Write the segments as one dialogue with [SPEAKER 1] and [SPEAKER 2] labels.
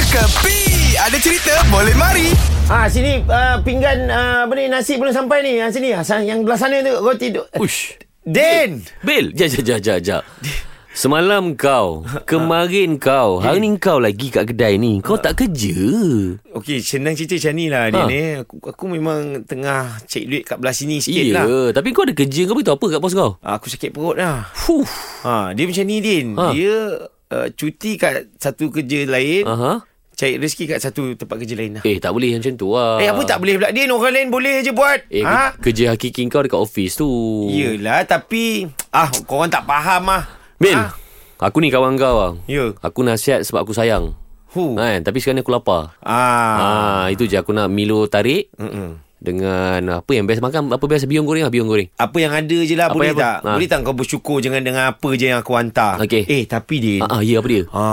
[SPEAKER 1] Kepi Ada cerita boleh mari
[SPEAKER 2] Ah sini uh, pinggan uh, apa ni nasi belum sampai ni. Ah sini ah sa- yang belah sana tu kau tidur.
[SPEAKER 3] Ush.
[SPEAKER 2] Din.
[SPEAKER 3] Bil, jap, jap, jap, jap, jap. Semalam kau, kemarin kau, hari ni kau lagi kat kedai ni. Kau tak kerja.
[SPEAKER 2] Okey, senang cerita macam ni lah Din
[SPEAKER 3] Ha.
[SPEAKER 2] eh. Aku, aku memang tengah cek duit kat belah sini sikit
[SPEAKER 3] Ya,
[SPEAKER 2] lah.
[SPEAKER 3] tapi kau ada kerja kau beritahu apa kat bos kau?
[SPEAKER 2] Ah, Aku sakit perut lah.
[SPEAKER 3] Fuh.
[SPEAKER 2] Ha, dia macam ni Din.
[SPEAKER 3] Ha.
[SPEAKER 2] Dia uh, cuti kat satu kerja lain,
[SPEAKER 3] Aha.
[SPEAKER 2] cari rezeki kat satu tempat kerja lain lah.
[SPEAKER 3] Eh, tak boleh macam tu lah.
[SPEAKER 2] Eh, apa tak boleh pula Din? Orang lain boleh je buat.
[SPEAKER 3] Eh, ha? kerja hakiki kau dekat office tu.
[SPEAKER 2] Yelah, tapi... Ah, korang tak faham lah.
[SPEAKER 3] Bil,
[SPEAKER 2] Ah,
[SPEAKER 3] aku ni kawan kau bang.
[SPEAKER 2] Ya.
[SPEAKER 3] Aku nasihat sebab aku sayang.
[SPEAKER 2] Hu.
[SPEAKER 3] Kan, tapi sekarang ni aku lapar.
[SPEAKER 2] Ah.
[SPEAKER 3] Ah, itu je aku nak Milo tarik
[SPEAKER 2] Mm-mm.
[SPEAKER 3] dengan apa yang best makan apa biasa biung goreng lah biung goreng.
[SPEAKER 2] Apa yang ada je lah
[SPEAKER 3] Apa
[SPEAKER 2] Boleh
[SPEAKER 3] yang apa?
[SPEAKER 2] tak
[SPEAKER 3] Ha.
[SPEAKER 2] Boleh tak kau bersyukur Jangan dengan apa je yang aku hantar
[SPEAKER 3] Okey.
[SPEAKER 2] Eh tapi Din
[SPEAKER 3] Ah, ah ya apa dia?
[SPEAKER 2] ha.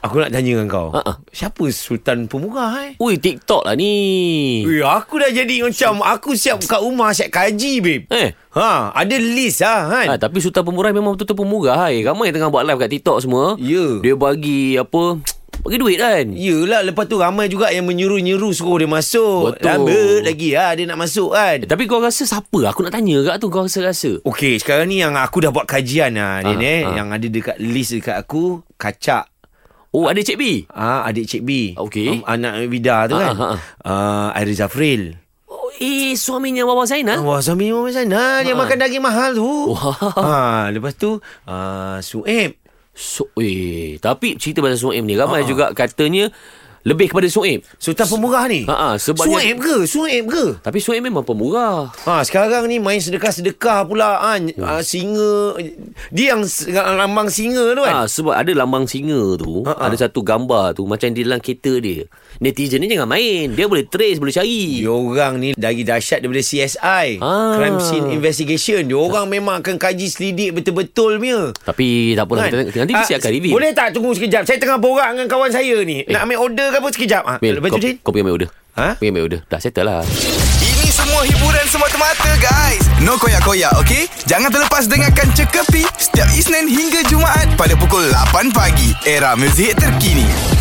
[SPEAKER 2] Aku nak tanya dengan kau
[SPEAKER 3] Ha, ha.
[SPEAKER 2] Siapa Sultan Pemurah eh
[SPEAKER 3] Ui TikTok lah ni.
[SPEAKER 2] Weh, aku dah jadi macam Aku siap kat rumah Siap kaji babe
[SPEAKER 3] Eh.
[SPEAKER 2] Ha, ada list lah kan
[SPEAKER 3] Ha, tapi Sultan Pemurah memang betul-betul pemurah hai. Ramai yang tengah buat live kat TikTok semua.
[SPEAKER 2] Ya.
[SPEAKER 3] Dia bagi apa? Bagi duit kan?
[SPEAKER 2] Yelah lepas tu ramai juga yang menyuruh-nyuruh suruh dia masuk
[SPEAKER 3] Betul.
[SPEAKER 2] Lambat lagi lah dia nak masuk kan
[SPEAKER 3] Eh, tapi kau rasa siapa? Aku nak tanya kat tu kau rasa-rasa.
[SPEAKER 2] Okey sekarang ni yang aku dah buat kajian lah Din
[SPEAKER 3] Ha,
[SPEAKER 2] eh
[SPEAKER 3] ha.
[SPEAKER 2] Yang ada dekat list dekat aku Kacak
[SPEAKER 3] Oh, ada Cik B.
[SPEAKER 2] Ah, adik Cik B.
[SPEAKER 3] Okey.
[SPEAKER 2] Um, anak Wida tu kan.
[SPEAKER 3] Ah, ah, ah.
[SPEAKER 2] Ah, Airi Zafril.
[SPEAKER 3] Oh, eh suaminya Wawa Zainal.
[SPEAKER 2] Wah, suami memang macam mana? Dia makan daging mahal tu.
[SPEAKER 3] Ah. Wah.
[SPEAKER 2] Ah, lepas tu ah, Sueb.
[SPEAKER 3] So, eh, tapi cerita pasal Suaim ni
[SPEAKER 2] Ah.
[SPEAKER 3] ramai juga katanya lebih kepada Suaim.
[SPEAKER 2] Sultan Pemurah ni.
[SPEAKER 3] Ha, ha, sebabnya-
[SPEAKER 2] Sueb ke? Sueb ke?
[SPEAKER 3] Tapi Suaim memang pemurah.
[SPEAKER 2] Ha, sekarang ni main sedekah-sedekah pula kan. Ah, singa dia yang s- lambang singa tu kan.
[SPEAKER 3] Ha, sebab ada lambang singa tu,
[SPEAKER 2] Ha, ha.
[SPEAKER 3] ada satu gambar tu macam di dalam kereta dia. Netizen ni jangan main. Dia boleh trace, boleh cari.
[SPEAKER 2] Dia orang ni lagi dahsyat daripada CSI.
[SPEAKER 3] Ah.
[SPEAKER 2] Crime Scene Investigation. Dia orang memang akan kaji selidik betul-betul punya.
[SPEAKER 3] Tapi tak apa
[SPEAKER 2] Kan?
[SPEAKER 3] nanti, nanti
[SPEAKER 2] Ah,
[SPEAKER 3] mesti akan review.
[SPEAKER 2] Boleh tak tunggu sekejap? Saya tengah borak dengan kawan saya ni. Nak ambil order ke apa sekejap? Ha,
[SPEAKER 3] Bil,
[SPEAKER 2] lepas
[SPEAKER 3] kau,
[SPEAKER 2] tu Din.
[SPEAKER 3] kau pergi Eh. ambil order.
[SPEAKER 2] Ha?
[SPEAKER 3] Pergi ambil order. Dah settle lah.
[SPEAKER 1] Ini semua hiburan semata-mata guys No koyak-koyak ok Jangan terlepas dengarkan Cekapi Setiap Isnin hingga Jumaat Pada pukul 8 pagi Era muzik terkini